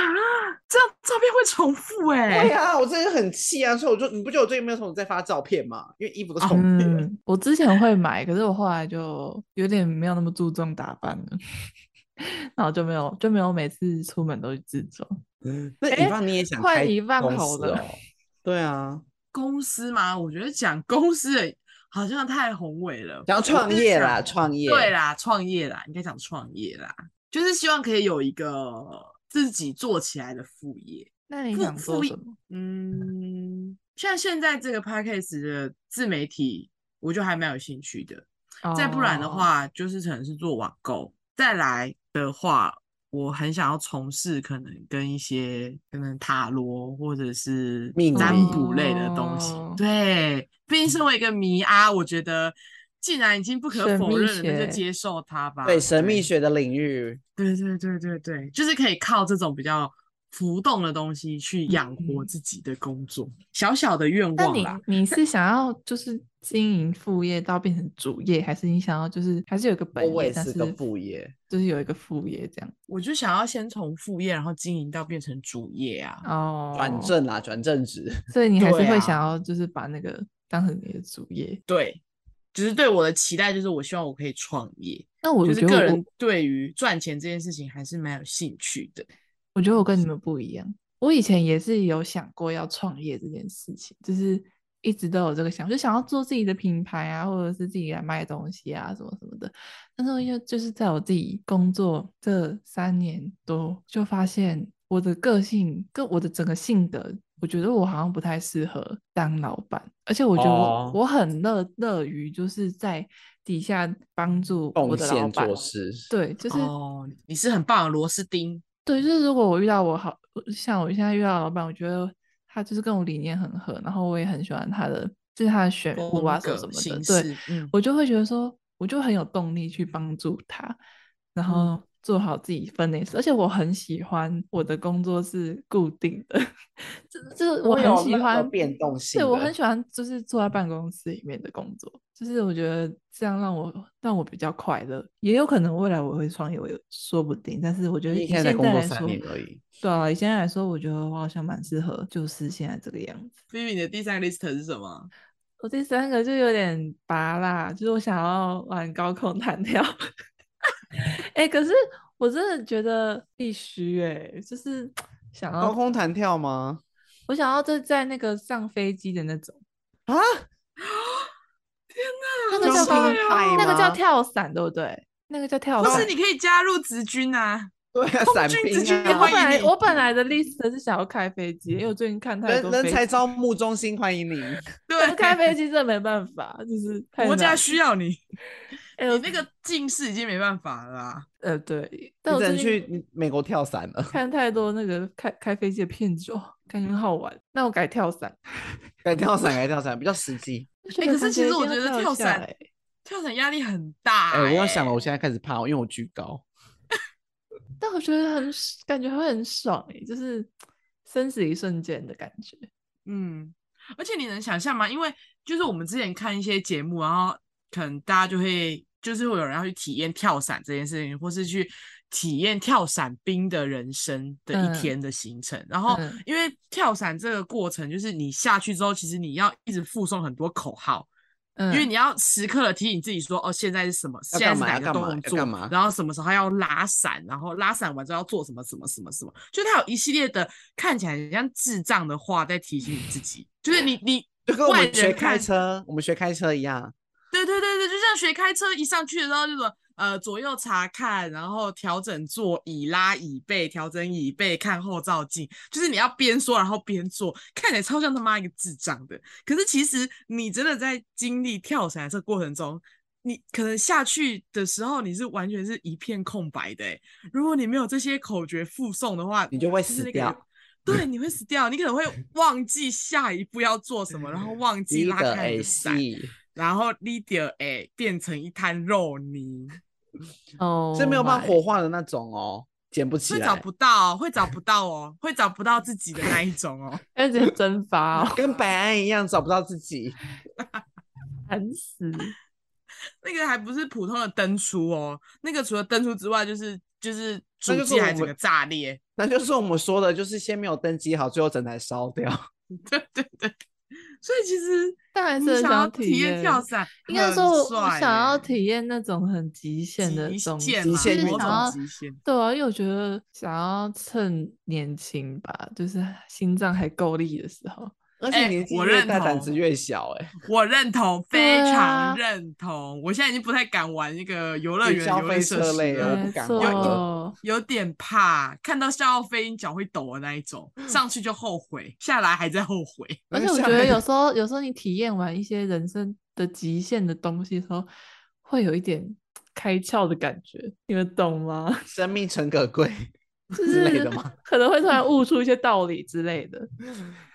Speaker 3: 这样照片会重复哎、
Speaker 2: 对呀、我真的很气啊！所以我就你不觉得我最近没有什么在发照片吗？因为衣服都重叠。
Speaker 1: 嗯，我之前会买，可是我后来就有点没有那么注重打扮了， 然后就没有就没有每次出门都去自装。
Speaker 2: 那
Speaker 1: 哎
Speaker 2: 以放你也想
Speaker 1: 换
Speaker 2: 开
Speaker 1: 一半
Speaker 2: 公
Speaker 1: 好
Speaker 2: 司
Speaker 1: 了
Speaker 2: 哦？ 对啊，
Speaker 3: 公司吗？我觉得讲公司欸好像太宏伟了，
Speaker 2: 想要
Speaker 3: 我
Speaker 2: 创
Speaker 3: 是
Speaker 2: 业
Speaker 3: 想
Speaker 2: 啦，创业。
Speaker 3: 对啦，创业啦，应该讲创业啦，就是希望可以有一个自己做起来的副业。
Speaker 1: 那你
Speaker 3: 复
Speaker 1: 想做
Speaker 3: 复
Speaker 1: 什么？
Speaker 3: 嗯，像现在这个 podcast 的自媒体，我就还蛮有兴趣的。再不然的
Speaker 1: 哦，
Speaker 3: 话，就是可能是做网购。再来的话，我很想要从事可能跟一些可能塔罗或者是
Speaker 2: 命
Speaker 3: 占
Speaker 2: 理
Speaker 3: 卜类的东西
Speaker 1: 哦。
Speaker 3: 对，毕竟身为一个迷啊，我觉得既然已经不可
Speaker 1: 神
Speaker 3: 否
Speaker 1: 秘
Speaker 3: 认了，那
Speaker 1: 学
Speaker 3: 就接受它吧。
Speaker 2: 对神秘学的领域，
Speaker 3: 对对对对对，就是可以靠这种比较浮动的东西去养活
Speaker 1: 嗯
Speaker 3: 自己的工作，小小的愿
Speaker 1: 那
Speaker 3: 望
Speaker 1: 你
Speaker 3: 啦。
Speaker 1: 你是想要就是经营副业到变成主业，还是你想要就是还是有一个本
Speaker 2: 我
Speaker 1: 业，
Speaker 2: 也
Speaker 1: 但
Speaker 2: 是
Speaker 1: 是
Speaker 2: 个副业。
Speaker 1: 就是有一个副业这样
Speaker 3: 我就想要先从副业，然后经营到变成主业啊。
Speaker 1: 哦，
Speaker 2: 转，正啦，转正职，
Speaker 1: 所以你还是
Speaker 3: 对
Speaker 1: 会
Speaker 3: 啊
Speaker 1: 想要就是把那个当成你的主业。
Speaker 3: 对，只是对我的期待就是，我希望我可以创业，
Speaker 1: 那我
Speaker 3: 就
Speaker 1: 觉
Speaker 3: 是
Speaker 1: 得
Speaker 3: 个
Speaker 1: 我
Speaker 3: 人对于赚钱这件事情还是蛮有兴趣的。
Speaker 1: 我觉得我跟你们不一样，我以前也是有想过要创业这件事情，就是一直都有这个想，就想要做自己的品牌啊，或者是自己来卖东西啊，什么什么的。但是因为就是在我自己工作这三年多，就发现我的个性跟我的整个性格，我觉得我好像不太适合当老板，而且我觉得我、
Speaker 2: 哦
Speaker 1: 我很乐乐于就是在底下帮助我
Speaker 2: 奉
Speaker 1: 的老
Speaker 2: 献
Speaker 1: 板哦
Speaker 2: 做，事。
Speaker 1: 对，就是
Speaker 3: 哦，你是很棒的螺丝钉，
Speaker 1: 对，就是如果我遇到我好，像我现在遇到的老板，我觉得他就是跟我理念很合，然后我也很喜欢他的，就是他的选物啊
Speaker 3: 风
Speaker 1: 什么什
Speaker 3: 格
Speaker 1: 么的，
Speaker 3: 形
Speaker 1: 对
Speaker 3: 式，嗯，
Speaker 1: 我就会觉得说，我就很有动力去帮助他，然
Speaker 3: 嗯
Speaker 1: 后做好自己分内事，而且我很喜欢我的工作是固定的， 这这我
Speaker 2: 会
Speaker 1: 很
Speaker 2: 有
Speaker 1: 喜
Speaker 2: 那个
Speaker 1: 欢
Speaker 2: 变动
Speaker 1: 对
Speaker 2: 性
Speaker 1: 我
Speaker 2: 的
Speaker 1: 很喜欢就是坐在办公室里面的工作，就是我觉得这样让我让我比较快乐，也有可能未来我会创业，我也说不定，但是我觉得
Speaker 2: 你
Speaker 1: 以
Speaker 2: 现
Speaker 1: 现
Speaker 2: 在
Speaker 1: 在
Speaker 2: 工作
Speaker 1: 来
Speaker 2: 三
Speaker 1: 说，
Speaker 2: 年而已，
Speaker 1: 对啊，以现在来说，我觉得我好像蛮适合，就是现在这个样子。
Speaker 3: 菲比，你的第三个 list 是什么？
Speaker 1: 我第三个就有点拔啦，就是我想要玩高空弹跳。 哎、可是我真的觉得必须哎、就是想
Speaker 2: 高
Speaker 1: 要
Speaker 2: 空弹跳吗？
Speaker 1: 我想要在在那个上飞机的那种，
Speaker 2: 啊，
Speaker 1: 那个
Speaker 2: 这
Speaker 1: 叫
Speaker 2: 样
Speaker 3: 好
Speaker 1: 高
Speaker 3: 厉害
Speaker 1: 那个叫
Speaker 2: 吗
Speaker 1: 跳伞，对不对？那个叫跳
Speaker 3: 不
Speaker 1: 伞。
Speaker 3: 是，你可以加入职军啊。
Speaker 2: 对啊，
Speaker 3: 空
Speaker 2: 伞
Speaker 3: 军
Speaker 2: 兵
Speaker 3: 直接
Speaker 1: 我
Speaker 2: 啊
Speaker 1: 本
Speaker 3: 欢迎
Speaker 1: 来
Speaker 3: 你
Speaker 1: 我本来的 list 是想要开飞机，因为我最近看太
Speaker 2: 人
Speaker 1: 多
Speaker 2: 人
Speaker 1: 飞
Speaker 2: 才
Speaker 1: 机
Speaker 2: 招募中心欢迎你。
Speaker 1: 但
Speaker 3: 对
Speaker 1: 是，开飞机真的没办法，就是太
Speaker 3: 国家
Speaker 1: 难
Speaker 3: 需要你，
Speaker 1: 哎
Speaker 3: 你
Speaker 1: 我
Speaker 3: 那个近视已经没办法了啊啦。
Speaker 1: 呃对，但
Speaker 2: 你
Speaker 1: 我
Speaker 2: 只
Speaker 1: 最
Speaker 2: 能
Speaker 1: 近
Speaker 2: 去美国跳伞了，
Speaker 1: 看太多那个开开飞机的片子哦，感觉很好玩。那我改跳伞。
Speaker 2: 改跳伞，改跳伞比较实际。
Speaker 1: 哎
Speaker 3: 可是其实我觉得跳伞跳伞压力很大、欸
Speaker 2: 哎、我要想了，我现在开始怕，因为我巨高。
Speaker 1: 但我觉得很感觉会很爽哎，就是生死一瞬间的感觉。
Speaker 3: 嗯，而且你能想象吗？因为就是我们之前看一些节目，然后可能大家就会就是会有人要去体验跳伞这件事情，或是去体验跳伞兵的人生的
Speaker 1: 嗯
Speaker 3: 一天的行程。然后
Speaker 1: 嗯
Speaker 3: 因为跳伞这个过程，就是你下去之后，其实你要一直附送很多口号，
Speaker 1: 嗯，
Speaker 3: 因为你要时刻的提醒自己说，哦，现在是什么，
Speaker 2: 要
Speaker 3: 现在
Speaker 2: 干
Speaker 3: 是
Speaker 2: 嘛
Speaker 3: 哪
Speaker 2: 要
Speaker 3: 个
Speaker 2: 干嘛要
Speaker 3: 动作
Speaker 2: 干嘛，
Speaker 3: 然后什么时候要拉伞，然后拉伞完之后要做什么什么什么什么，就它有一系列的看起来很像智障的话在提醒你自己，就是你你
Speaker 2: 就跟我
Speaker 3: 外
Speaker 2: 们学
Speaker 3: 人
Speaker 2: 开
Speaker 3: 看，
Speaker 2: 车，我们学开车一样，
Speaker 3: 对对对对，就像学开车一上去的时候就说。呃，左右查看，然后调整座椅、拉椅背、调整椅背、看后照镜，就是你要边说然后边做，看起来超像他妈一个智障的。可是其实你真的在经历跳伞的这个过程中，你可能下去的时候你是完全是一片空白的、欸。如果你没有这些口诀附送的话，
Speaker 2: 你就会
Speaker 3: 就是
Speaker 2: 死
Speaker 3: 那个
Speaker 2: 掉。
Speaker 3: 对，你会死掉，你可能会忘记下一步要做什么，然后忘记
Speaker 2: 第一
Speaker 3: 拉
Speaker 2: 个哎
Speaker 3: 开你
Speaker 2: A
Speaker 3: 的
Speaker 2: 系
Speaker 3: 伞，，然后 leader 哎变成一滩肉泥，
Speaker 1: 哦，
Speaker 2: 是没有办法火化的那种哦，捡不起
Speaker 3: Oh 会找
Speaker 2: 来，
Speaker 3: 不到，会找不到哦，会找不到自己的那一 种哦。
Speaker 1: 要直接蒸发哦，
Speaker 2: 跟白安一样找不到自己。
Speaker 1: 烦 死！
Speaker 3: 那个还不是普通的灯出哦，那个除了灯出之外，就是就是
Speaker 2: 那
Speaker 3: 主
Speaker 2: 就是
Speaker 3: 机还
Speaker 2: 我
Speaker 3: 整
Speaker 2: 们
Speaker 3: 个炸裂。
Speaker 2: 那就是我们说的，就是先没有登记好，最后整台烧掉。
Speaker 3: 对对对，所以其实
Speaker 1: 但还
Speaker 3: 你
Speaker 1: 是很
Speaker 3: 想要
Speaker 1: 想
Speaker 3: 体验
Speaker 1: 验
Speaker 3: 跳伞，
Speaker 1: 应该说，我我想要
Speaker 3: 体
Speaker 1: 体验那种很极限的东西，
Speaker 3: 限
Speaker 2: 极
Speaker 3: 嘛
Speaker 1: 就是
Speaker 2: 限
Speaker 1: 想
Speaker 2: 运
Speaker 3: 某种
Speaker 1: 要
Speaker 3: 极限。
Speaker 1: 对啊，因为我觉得想要趁年轻吧，就是心脏还够力的时候。
Speaker 2: 而且
Speaker 3: 哎
Speaker 2: 年纪
Speaker 3: 我
Speaker 2: 越
Speaker 3: 认
Speaker 2: 大，胆
Speaker 3: 同
Speaker 2: 子越小、哎，
Speaker 3: 我认同，非
Speaker 1: 对啊
Speaker 3: 常认同。我现在已经不太敢玩那个游乐
Speaker 2: 云
Speaker 3: 园
Speaker 2: 霄
Speaker 3: 游
Speaker 2: 飞
Speaker 3: 乐设
Speaker 2: 车
Speaker 3: 施
Speaker 2: 类对我
Speaker 3: 了
Speaker 2: 不
Speaker 1: 没
Speaker 2: 敢
Speaker 1: 错
Speaker 2: 玩了，
Speaker 3: 有点怕，看到笑傲飞鹰脚会抖的那一种，上去就后悔，下来还在后悔。
Speaker 1: 而
Speaker 2: 那
Speaker 1: 且
Speaker 2: 个
Speaker 1: 我
Speaker 2: 下
Speaker 1: 觉得
Speaker 2: 面
Speaker 1: 有时候，有时候你体验完一些人生的极限的东西的时候，会有一点开窍的感觉，你们懂吗？
Speaker 2: 生命诚可贵
Speaker 1: 就
Speaker 2: 之类
Speaker 1: 是
Speaker 2: 的吗？
Speaker 1: 可能会突然悟出一些道理之类的。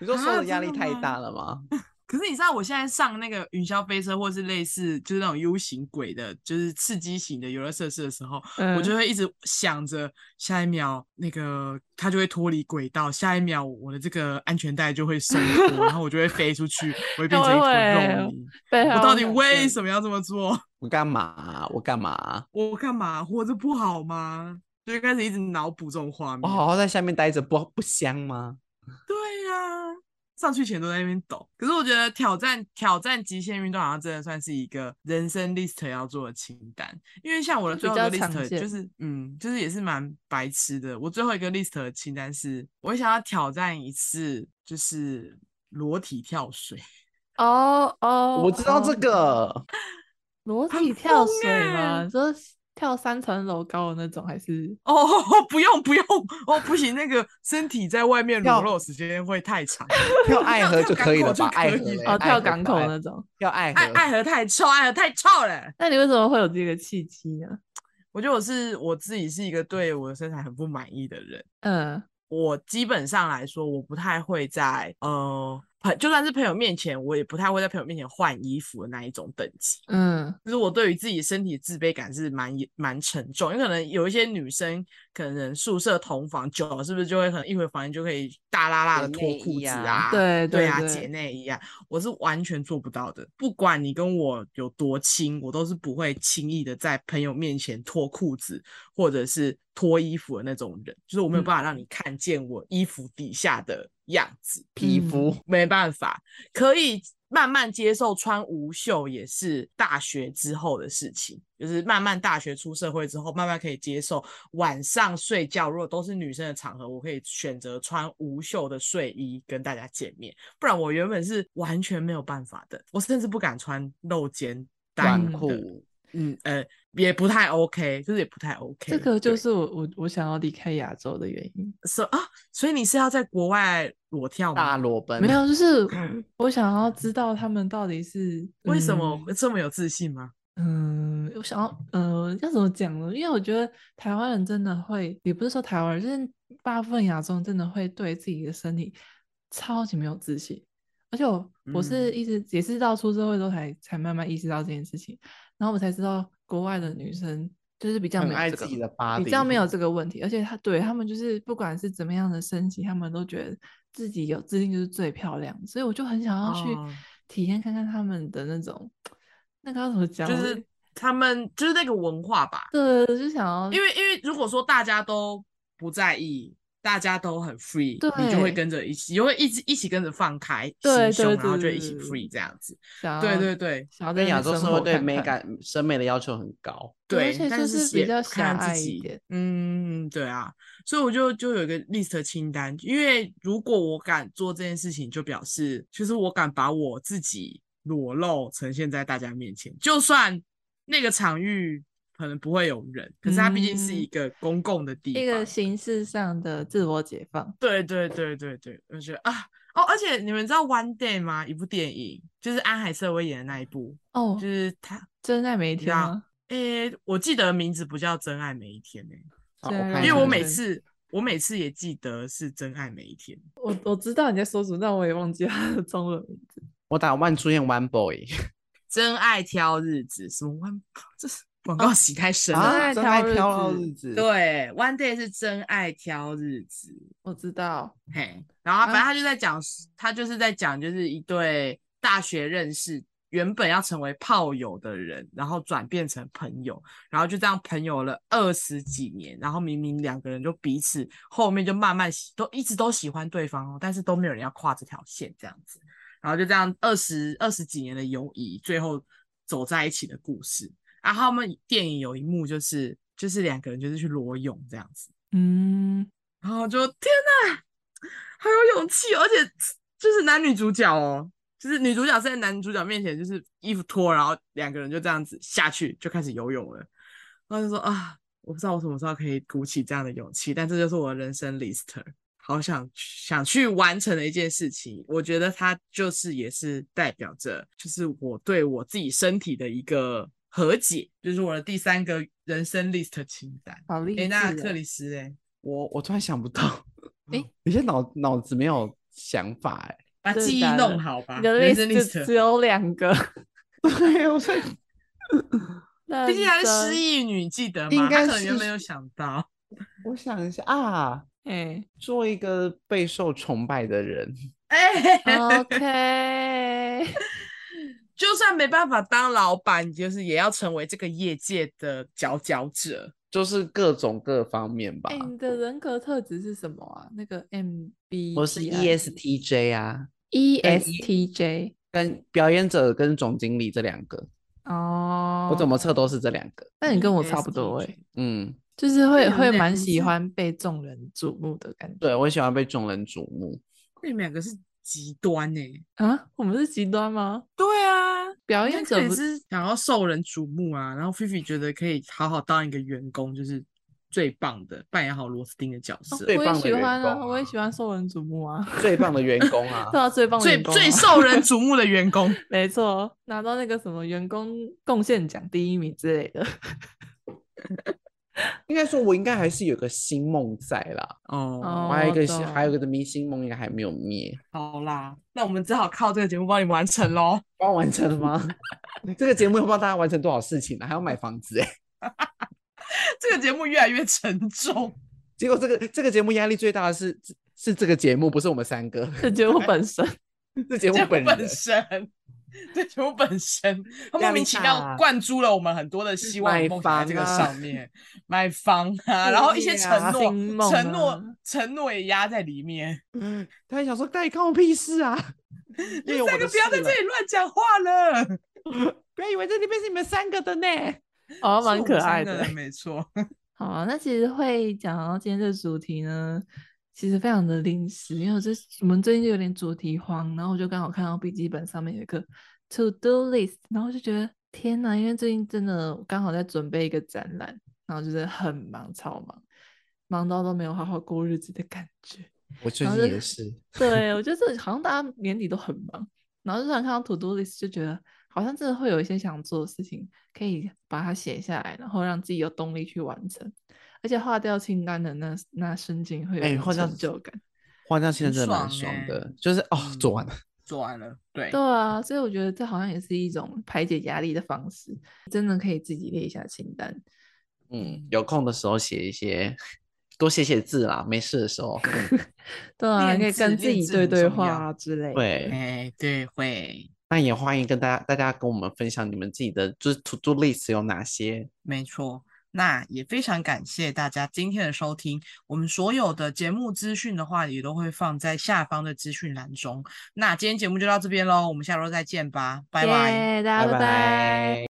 Speaker 2: 你说受
Speaker 3: 啊
Speaker 2: 的压力
Speaker 3: 真的
Speaker 2: 太
Speaker 3: 吗
Speaker 2: 大了吗？
Speaker 3: 可是你知道，我现在上那个云霄飞车，或是类似就是那种 U 型轨的，就是刺激型的游乐设施的时候，我就
Speaker 1: 嗯
Speaker 3: 会一直想着下一秒那个它就会脱离轨道，下一秒我的这个安全带就 会松脱，然后我就会飞出去，我会变成一坨
Speaker 1: 哎
Speaker 3: 肉
Speaker 1: 我
Speaker 3: 泥。
Speaker 1: 对
Speaker 3: 我
Speaker 1: 啊，
Speaker 3: 到底
Speaker 1: 想
Speaker 3: 为
Speaker 1: 问
Speaker 3: 什么要这么做？
Speaker 2: 我干嘛？啊我干嘛？
Speaker 3: 我干嘛活着不好吗？就会开始一直脑补这种画
Speaker 2: 我
Speaker 3: 面。
Speaker 2: 好好在下面待着不不香吗？
Speaker 3: 对呀、上去前都在那边抖。可是我觉得挑战挑战极限运动好像真的算是一个人生 list 要做的清单，因为像我的
Speaker 1: 就
Speaker 3: 最
Speaker 1: 比
Speaker 3: 后一个
Speaker 1: 较常
Speaker 3: list 就
Speaker 1: 见
Speaker 3: 是嗯，就是也是蛮白痴的。我最后一个 list 的清单是，我想要挑战一次就是裸体跳水，
Speaker 1: 哦哦，
Speaker 2: 我知道
Speaker 1: 哦
Speaker 2: 这个，
Speaker 1: 裸
Speaker 3: 很
Speaker 1: 体跳
Speaker 3: 疯
Speaker 1: 水吗？
Speaker 3: 欸
Speaker 1: 你说跳三层楼高的那种，还是
Speaker 3: 哦，不用不用，哦不行，那个身体在外面裸
Speaker 2: 要
Speaker 3: 露时间会太长，
Speaker 2: 跳爱河就
Speaker 3: 跳
Speaker 2: 可以
Speaker 3: 港
Speaker 2: 了
Speaker 3: 口就
Speaker 2: 吧？
Speaker 3: 可
Speaker 2: 爱
Speaker 3: 以
Speaker 2: 河嘞
Speaker 3: 了
Speaker 1: 哦
Speaker 2: 爱
Speaker 1: 跳
Speaker 2: 河
Speaker 1: 港
Speaker 2: 吧
Speaker 1: 口
Speaker 2: 爱
Speaker 1: 那种？
Speaker 2: 跳爱
Speaker 3: 爱
Speaker 2: 河，
Speaker 3: 爱河太臭，爱河太臭了。
Speaker 1: 那你为什么会有这个契机呢？
Speaker 3: 我觉得我是我自己是一个对我的身材很不满意的人，
Speaker 1: 嗯，
Speaker 3: 我基本上来说，我不太会在呃朋就算是朋友面前，我也不太会在朋友面前换衣服的那一种等级。
Speaker 1: 嗯，
Speaker 3: 就是我对于自己身体的自卑感是蛮严蛮沉重，因为可能有一些女生，可能宿舍同房久了，是不是就会可能一回房间就可以大拉拉的
Speaker 2: 解
Speaker 3: 脱
Speaker 2: 内
Speaker 3: 裤
Speaker 2: 衣
Speaker 3: 子
Speaker 2: 啊
Speaker 3: 啊，
Speaker 1: 对
Speaker 3: 对啊，
Speaker 1: 对
Speaker 3: 姐内衣啊，我是完全做不到的。不管你跟我有多亲，我都是不会轻易的在朋友面前脱裤子或者是脱衣服的那种人，就是我没有办法让你看见我衣服底下的样子，
Speaker 2: 皮
Speaker 1: 嗯
Speaker 2: 肤
Speaker 3: 没办法，可以慢慢接受穿无袖也是大学之后的事情，就是慢慢大学出社会之后，慢慢可以接受晚上睡觉，如果都是女生的场合，我可以选择穿无袖的睡衣跟大家见面，不然我原本是完全没有办法的，我甚至不敢穿露肩带
Speaker 1: 嗯
Speaker 2: 短
Speaker 3: 的
Speaker 2: 裤，
Speaker 3: 嗯呃，也不太 OK，就是也不太 OK，
Speaker 1: 这个
Speaker 3: 对
Speaker 1: 就是我我我想要离开亚洲的原因。
Speaker 3: 所啊，所以你是要在国外裸跳吗？
Speaker 2: 大裸
Speaker 3: 呃
Speaker 2: 奔，
Speaker 1: 没有，就是我想要知道他们到底是
Speaker 3: 嗯为什么
Speaker 1: 嗯
Speaker 3: 会这么有自信吗？
Speaker 1: 嗯，我想要，呃，要怎么讲呢？因为我觉得台湾人真的会，也不是说台湾人，就是大部分亚洲人真的会对自己的身体超级没有自信。而且我我是
Speaker 3: 嗯
Speaker 1: 一直也是到出社会之后才才慢慢意识到这件事情，然后我才知道国外的女生就是比较
Speaker 2: 很
Speaker 1: 没有
Speaker 2: 爱
Speaker 1: 这个
Speaker 2: 自己的 body，
Speaker 1: 比较没有这个问题，而且她对她们就是不管是怎么样的身形，她们都觉得自己有自信就是最漂亮，所以我就很想要去
Speaker 3: 哦
Speaker 1: 体验看看她们的那种，那个要怎么讲，
Speaker 3: 就
Speaker 1: 我
Speaker 3: 是他们就是那个文化吧，
Speaker 1: 对，就想要
Speaker 3: 因为因为如果说大家都不在意，大家都很 free，你就会
Speaker 1: 对
Speaker 3: 跟着一起，就会一直一起跟着放开心
Speaker 1: 对对
Speaker 3: 胸，
Speaker 1: 对
Speaker 3: 然后就
Speaker 1: 对
Speaker 3: 一起
Speaker 1: 对啊
Speaker 3: free 这样子。
Speaker 1: 想
Speaker 3: 对
Speaker 1: 要
Speaker 3: 对对
Speaker 1: 想要在
Speaker 2: 跟
Speaker 1: 那
Speaker 2: 亚
Speaker 1: 边
Speaker 2: 洲
Speaker 1: 生
Speaker 2: 社
Speaker 1: 活
Speaker 2: 会对
Speaker 1: 看
Speaker 2: 美
Speaker 1: 看
Speaker 2: 感、审美的要求很高，
Speaker 1: 对而
Speaker 3: 对，
Speaker 1: 且
Speaker 3: 但
Speaker 1: 就是是比
Speaker 3: 也
Speaker 1: 较
Speaker 3: 看
Speaker 1: 狭
Speaker 3: 自
Speaker 1: 隘一
Speaker 3: 己
Speaker 1: 点，
Speaker 3: 嗯，对啊，所以我就就有一个 list 清单，因为如果我敢做这件事情，就表示其实我敢把我自己裸露呈现在大家面前，就算那个场域可能不会有人，可是它毕竟是一
Speaker 1: 嗯
Speaker 3: 个公共的地方，
Speaker 1: 一个形式上的自我解放。
Speaker 3: 对对对对对，我觉得啊哦，而且你们知道《One Day》吗？一部电影，就是安海瑟薇演的那一部，
Speaker 1: 哦
Speaker 3: 就，是她，
Speaker 1: 真爱每一
Speaker 3: 你
Speaker 1: 天
Speaker 3: 知道
Speaker 1: 吗？
Speaker 3: 诶，我记得名字不叫《真爱每一天》欸呢，
Speaker 2: 好
Speaker 1: 对
Speaker 2: 我
Speaker 1: 啊
Speaker 2: 看一
Speaker 3: 因为我
Speaker 2: 下
Speaker 3: 每
Speaker 1: 对
Speaker 3: 次我每次也记得是《真爱每一天》，
Speaker 1: 我我知道你在说什么，但我也忘记他的中文名字。
Speaker 2: 我打万出现 One Boy，
Speaker 3: 真爱挑日子什么 One，这是广告洗太深了。
Speaker 1: 啊爱
Speaker 2: 真
Speaker 1: 挑
Speaker 2: 爱
Speaker 1: 日
Speaker 2: 飘到
Speaker 1: 子啊
Speaker 2: 日子，
Speaker 3: 对，One Day 是真爱挑日子，
Speaker 1: 我知道，
Speaker 3: 嘿，然后反正
Speaker 1: 啊
Speaker 3: 他就在讲，他就是在讲，就是一对大学认识，原本要成为炮友的人，然后转变成朋友，然后就这样朋友了二十几年，然后明明两个人就彼此后面就慢慢喜，都一直都喜欢对方哦，但是都没有人要跨这条线这样子，然后就这样二十二十几年的友谊，最后走在一起的故事。然后他们电影有一幕就是就是两个人就是去裸泳这样子。
Speaker 1: 嗯，
Speaker 3: 然后就天呐，好有勇气哦，而且就是男女主角哦，就是女主角在男主角面前就是衣服脱，然后两个人就这样子下去就开始游泳了，然后就说啊，我不知道我什么时候可以鼓起这样的勇气，但这就是我的人生 list，好想想去完成的一件事情。我觉得它就是也是代表着，就是我对我自己身体的一个和解，就是我的第三个人生 list 清单。
Speaker 1: 好励
Speaker 3: 诶，
Speaker 1: 志
Speaker 3: 那
Speaker 1: 哦。
Speaker 3: 克里斯嘞？
Speaker 2: 我我突然想不到，
Speaker 1: 诶
Speaker 2: 有些脑脑子没有想法哎、
Speaker 3: 把
Speaker 1: 真的
Speaker 3: 记忆
Speaker 1: 假的
Speaker 3: 弄好吧，
Speaker 1: 你的
Speaker 3: 啊人
Speaker 1: list
Speaker 3: 生
Speaker 1: 就
Speaker 3: list
Speaker 1: 只有两个，
Speaker 2: 对，我说
Speaker 1: 毕
Speaker 3: 毕竟她是失忆女，记得吗？
Speaker 2: 应
Speaker 3: 她
Speaker 2: 该
Speaker 3: 可能
Speaker 2: 是
Speaker 3: 原本有想到，
Speaker 2: 我想一下啊，
Speaker 1: 哎、
Speaker 2: 做一个备受崇拜的人，
Speaker 3: 哎、
Speaker 1: 嗯 OK，
Speaker 3: 就算没办法当老板，就是也要成为这个业界的佼佼者。
Speaker 2: 就是各种各方面吧
Speaker 1: 哎、。你的人格特质是什么啊？那个 MB
Speaker 2: 我是
Speaker 3: E
Speaker 2: E ESTJ 啊，
Speaker 1: E ESTJ
Speaker 2: 跟表演者跟总经理这两个，
Speaker 1: 哦，
Speaker 2: 我怎么？测都是这两个。
Speaker 1: 那你跟我差不多哎、
Speaker 3: ESTJ
Speaker 2: 嗯，
Speaker 1: 就是会
Speaker 3: 对
Speaker 1: 会
Speaker 3: 有点
Speaker 1: 蛮
Speaker 3: 不
Speaker 1: 喜
Speaker 3: 是
Speaker 1: 欢被众人瞩目的感觉
Speaker 2: 对我喜欢被众人瞩目。
Speaker 3: 你们两个是极端呢、
Speaker 1: 啊。我们是极端吗？
Speaker 3: 对啊，
Speaker 1: 表
Speaker 3: 因为
Speaker 1: 演者
Speaker 3: 也
Speaker 1: 不
Speaker 3: 是想要受人瞩目啊。然后菲菲觉得可以好好当一个员工，就是最棒的，扮演好螺丝钉的角色，
Speaker 2: 最
Speaker 1: 我也
Speaker 2: 棒的
Speaker 1: 喜
Speaker 2: 员
Speaker 1: 欢啊，
Speaker 2: 工
Speaker 1: 我也
Speaker 2: 啊
Speaker 1: 喜欢受人瞩目啊，
Speaker 2: 最棒的员工啊
Speaker 1: 做，到最棒的
Speaker 3: 最
Speaker 1: 员工啊
Speaker 3: 最受人瞩目的 员工。
Speaker 1: 没错，拿到那个什么员工贡献奖第一名之类的。
Speaker 2: 应该说我应该还是有个新梦在啦，
Speaker 3: 哦，
Speaker 2: 我还有一个
Speaker 1: 哦
Speaker 2: 新还有一个明星梦应该还没有灭。
Speaker 3: 好啦，那我们只好靠这个节目帮你完成喽。
Speaker 2: 帮我完成了吗？ 这个节目要帮大家完成多少事情呢、还要买房子哎、
Speaker 3: 这个节目越来越沉重。
Speaker 2: 结果这个这个节目压力最大的是是是这个节目，不是我们三个，
Speaker 1: 这节目本身，
Speaker 2: 是节目
Speaker 3: 节目
Speaker 2: 本 人。
Speaker 3: 身，对节目本身，他
Speaker 2: 压
Speaker 3: 莫名
Speaker 2: 力
Speaker 3: 其
Speaker 2: 大
Speaker 3: 妙
Speaker 2: 啊
Speaker 3: 灌注了我们很多的希望
Speaker 2: 买
Speaker 3: 与梦想在这个
Speaker 2: 房啊
Speaker 3: 上面，买房啊，然后一些
Speaker 2: 事
Speaker 3: 承
Speaker 2: 业啊
Speaker 3: 诺
Speaker 1: 新、梦
Speaker 3: 承诺
Speaker 1: 啊、
Speaker 3: 承诺也压在里面。
Speaker 2: 他还想说，到底关我屁事啊？ 因
Speaker 3: 你
Speaker 2: 为我
Speaker 3: 们
Speaker 2: 们
Speaker 3: 三个
Speaker 2: 的
Speaker 3: 不要在
Speaker 2: 事
Speaker 3: 这里乱讲话了，
Speaker 2: 了，不要以为这里面是你们三个的呢。
Speaker 1: 哦，
Speaker 3: 是
Speaker 1: 蛮
Speaker 3: 我
Speaker 1: 可
Speaker 3: 们三
Speaker 1: 爱
Speaker 3: 个
Speaker 1: 的
Speaker 3: 人。没 错。
Speaker 1: 好啊，那其实会讲到今天这主题呢，其实非常的临时，因为我这我们最近就有点主题荒，然后我就刚好看到笔记本上面有一个 to do list，然后就觉得天呐，因为最近真的刚好在准备一个展览，然后就是很忙，超忙，忙到都没有好好过日子的感觉。
Speaker 2: 我最
Speaker 1: 然后
Speaker 2: 近
Speaker 1: 就
Speaker 2: 也是，
Speaker 1: 对，我觉得这好像大家年底都很忙，然后就突然看到 to do list，就觉得好像真的会有一些想做的事情，可以把它写下来，然后让自己有动力去完成。而且划掉清单的那那瞬间会有
Speaker 2: 哎
Speaker 1: 一种
Speaker 2: 换掉
Speaker 1: 成就感。
Speaker 2: 花匠现在真的蛮
Speaker 3: 很
Speaker 2: 爽
Speaker 3: 爽
Speaker 2: 的，就是哦，
Speaker 3: 嗯
Speaker 2: 做完了，
Speaker 3: 做完了，对
Speaker 1: 对啊，所以我觉得这好像也是一种排解压力的方式，真的可以自己列一下清单。
Speaker 2: 嗯，有空的时候写一些，多写写字啦，没事的时候，嗯
Speaker 1: 对啊，
Speaker 3: 练
Speaker 1: 可以
Speaker 3: 字
Speaker 1: 跟自
Speaker 3: 练
Speaker 1: 己
Speaker 3: 字
Speaker 1: 对
Speaker 3: 很
Speaker 1: 对
Speaker 3: 重
Speaker 1: 话
Speaker 3: 要
Speaker 1: 啊之类的。
Speaker 2: 对。
Speaker 3: 哎，对，会，
Speaker 2: 那也欢迎跟大家大家跟我们分享你们自己的就是 to do list 有哪些。
Speaker 3: 没错，那也非常感谢大家今天的收听。我们所有的节目资讯的话，也都会放在下方的资讯栏中。那今天节目就到这边喽，我们下周再见吧，拜拜。
Speaker 1: 耶大家拜
Speaker 2: 拜
Speaker 1: 拜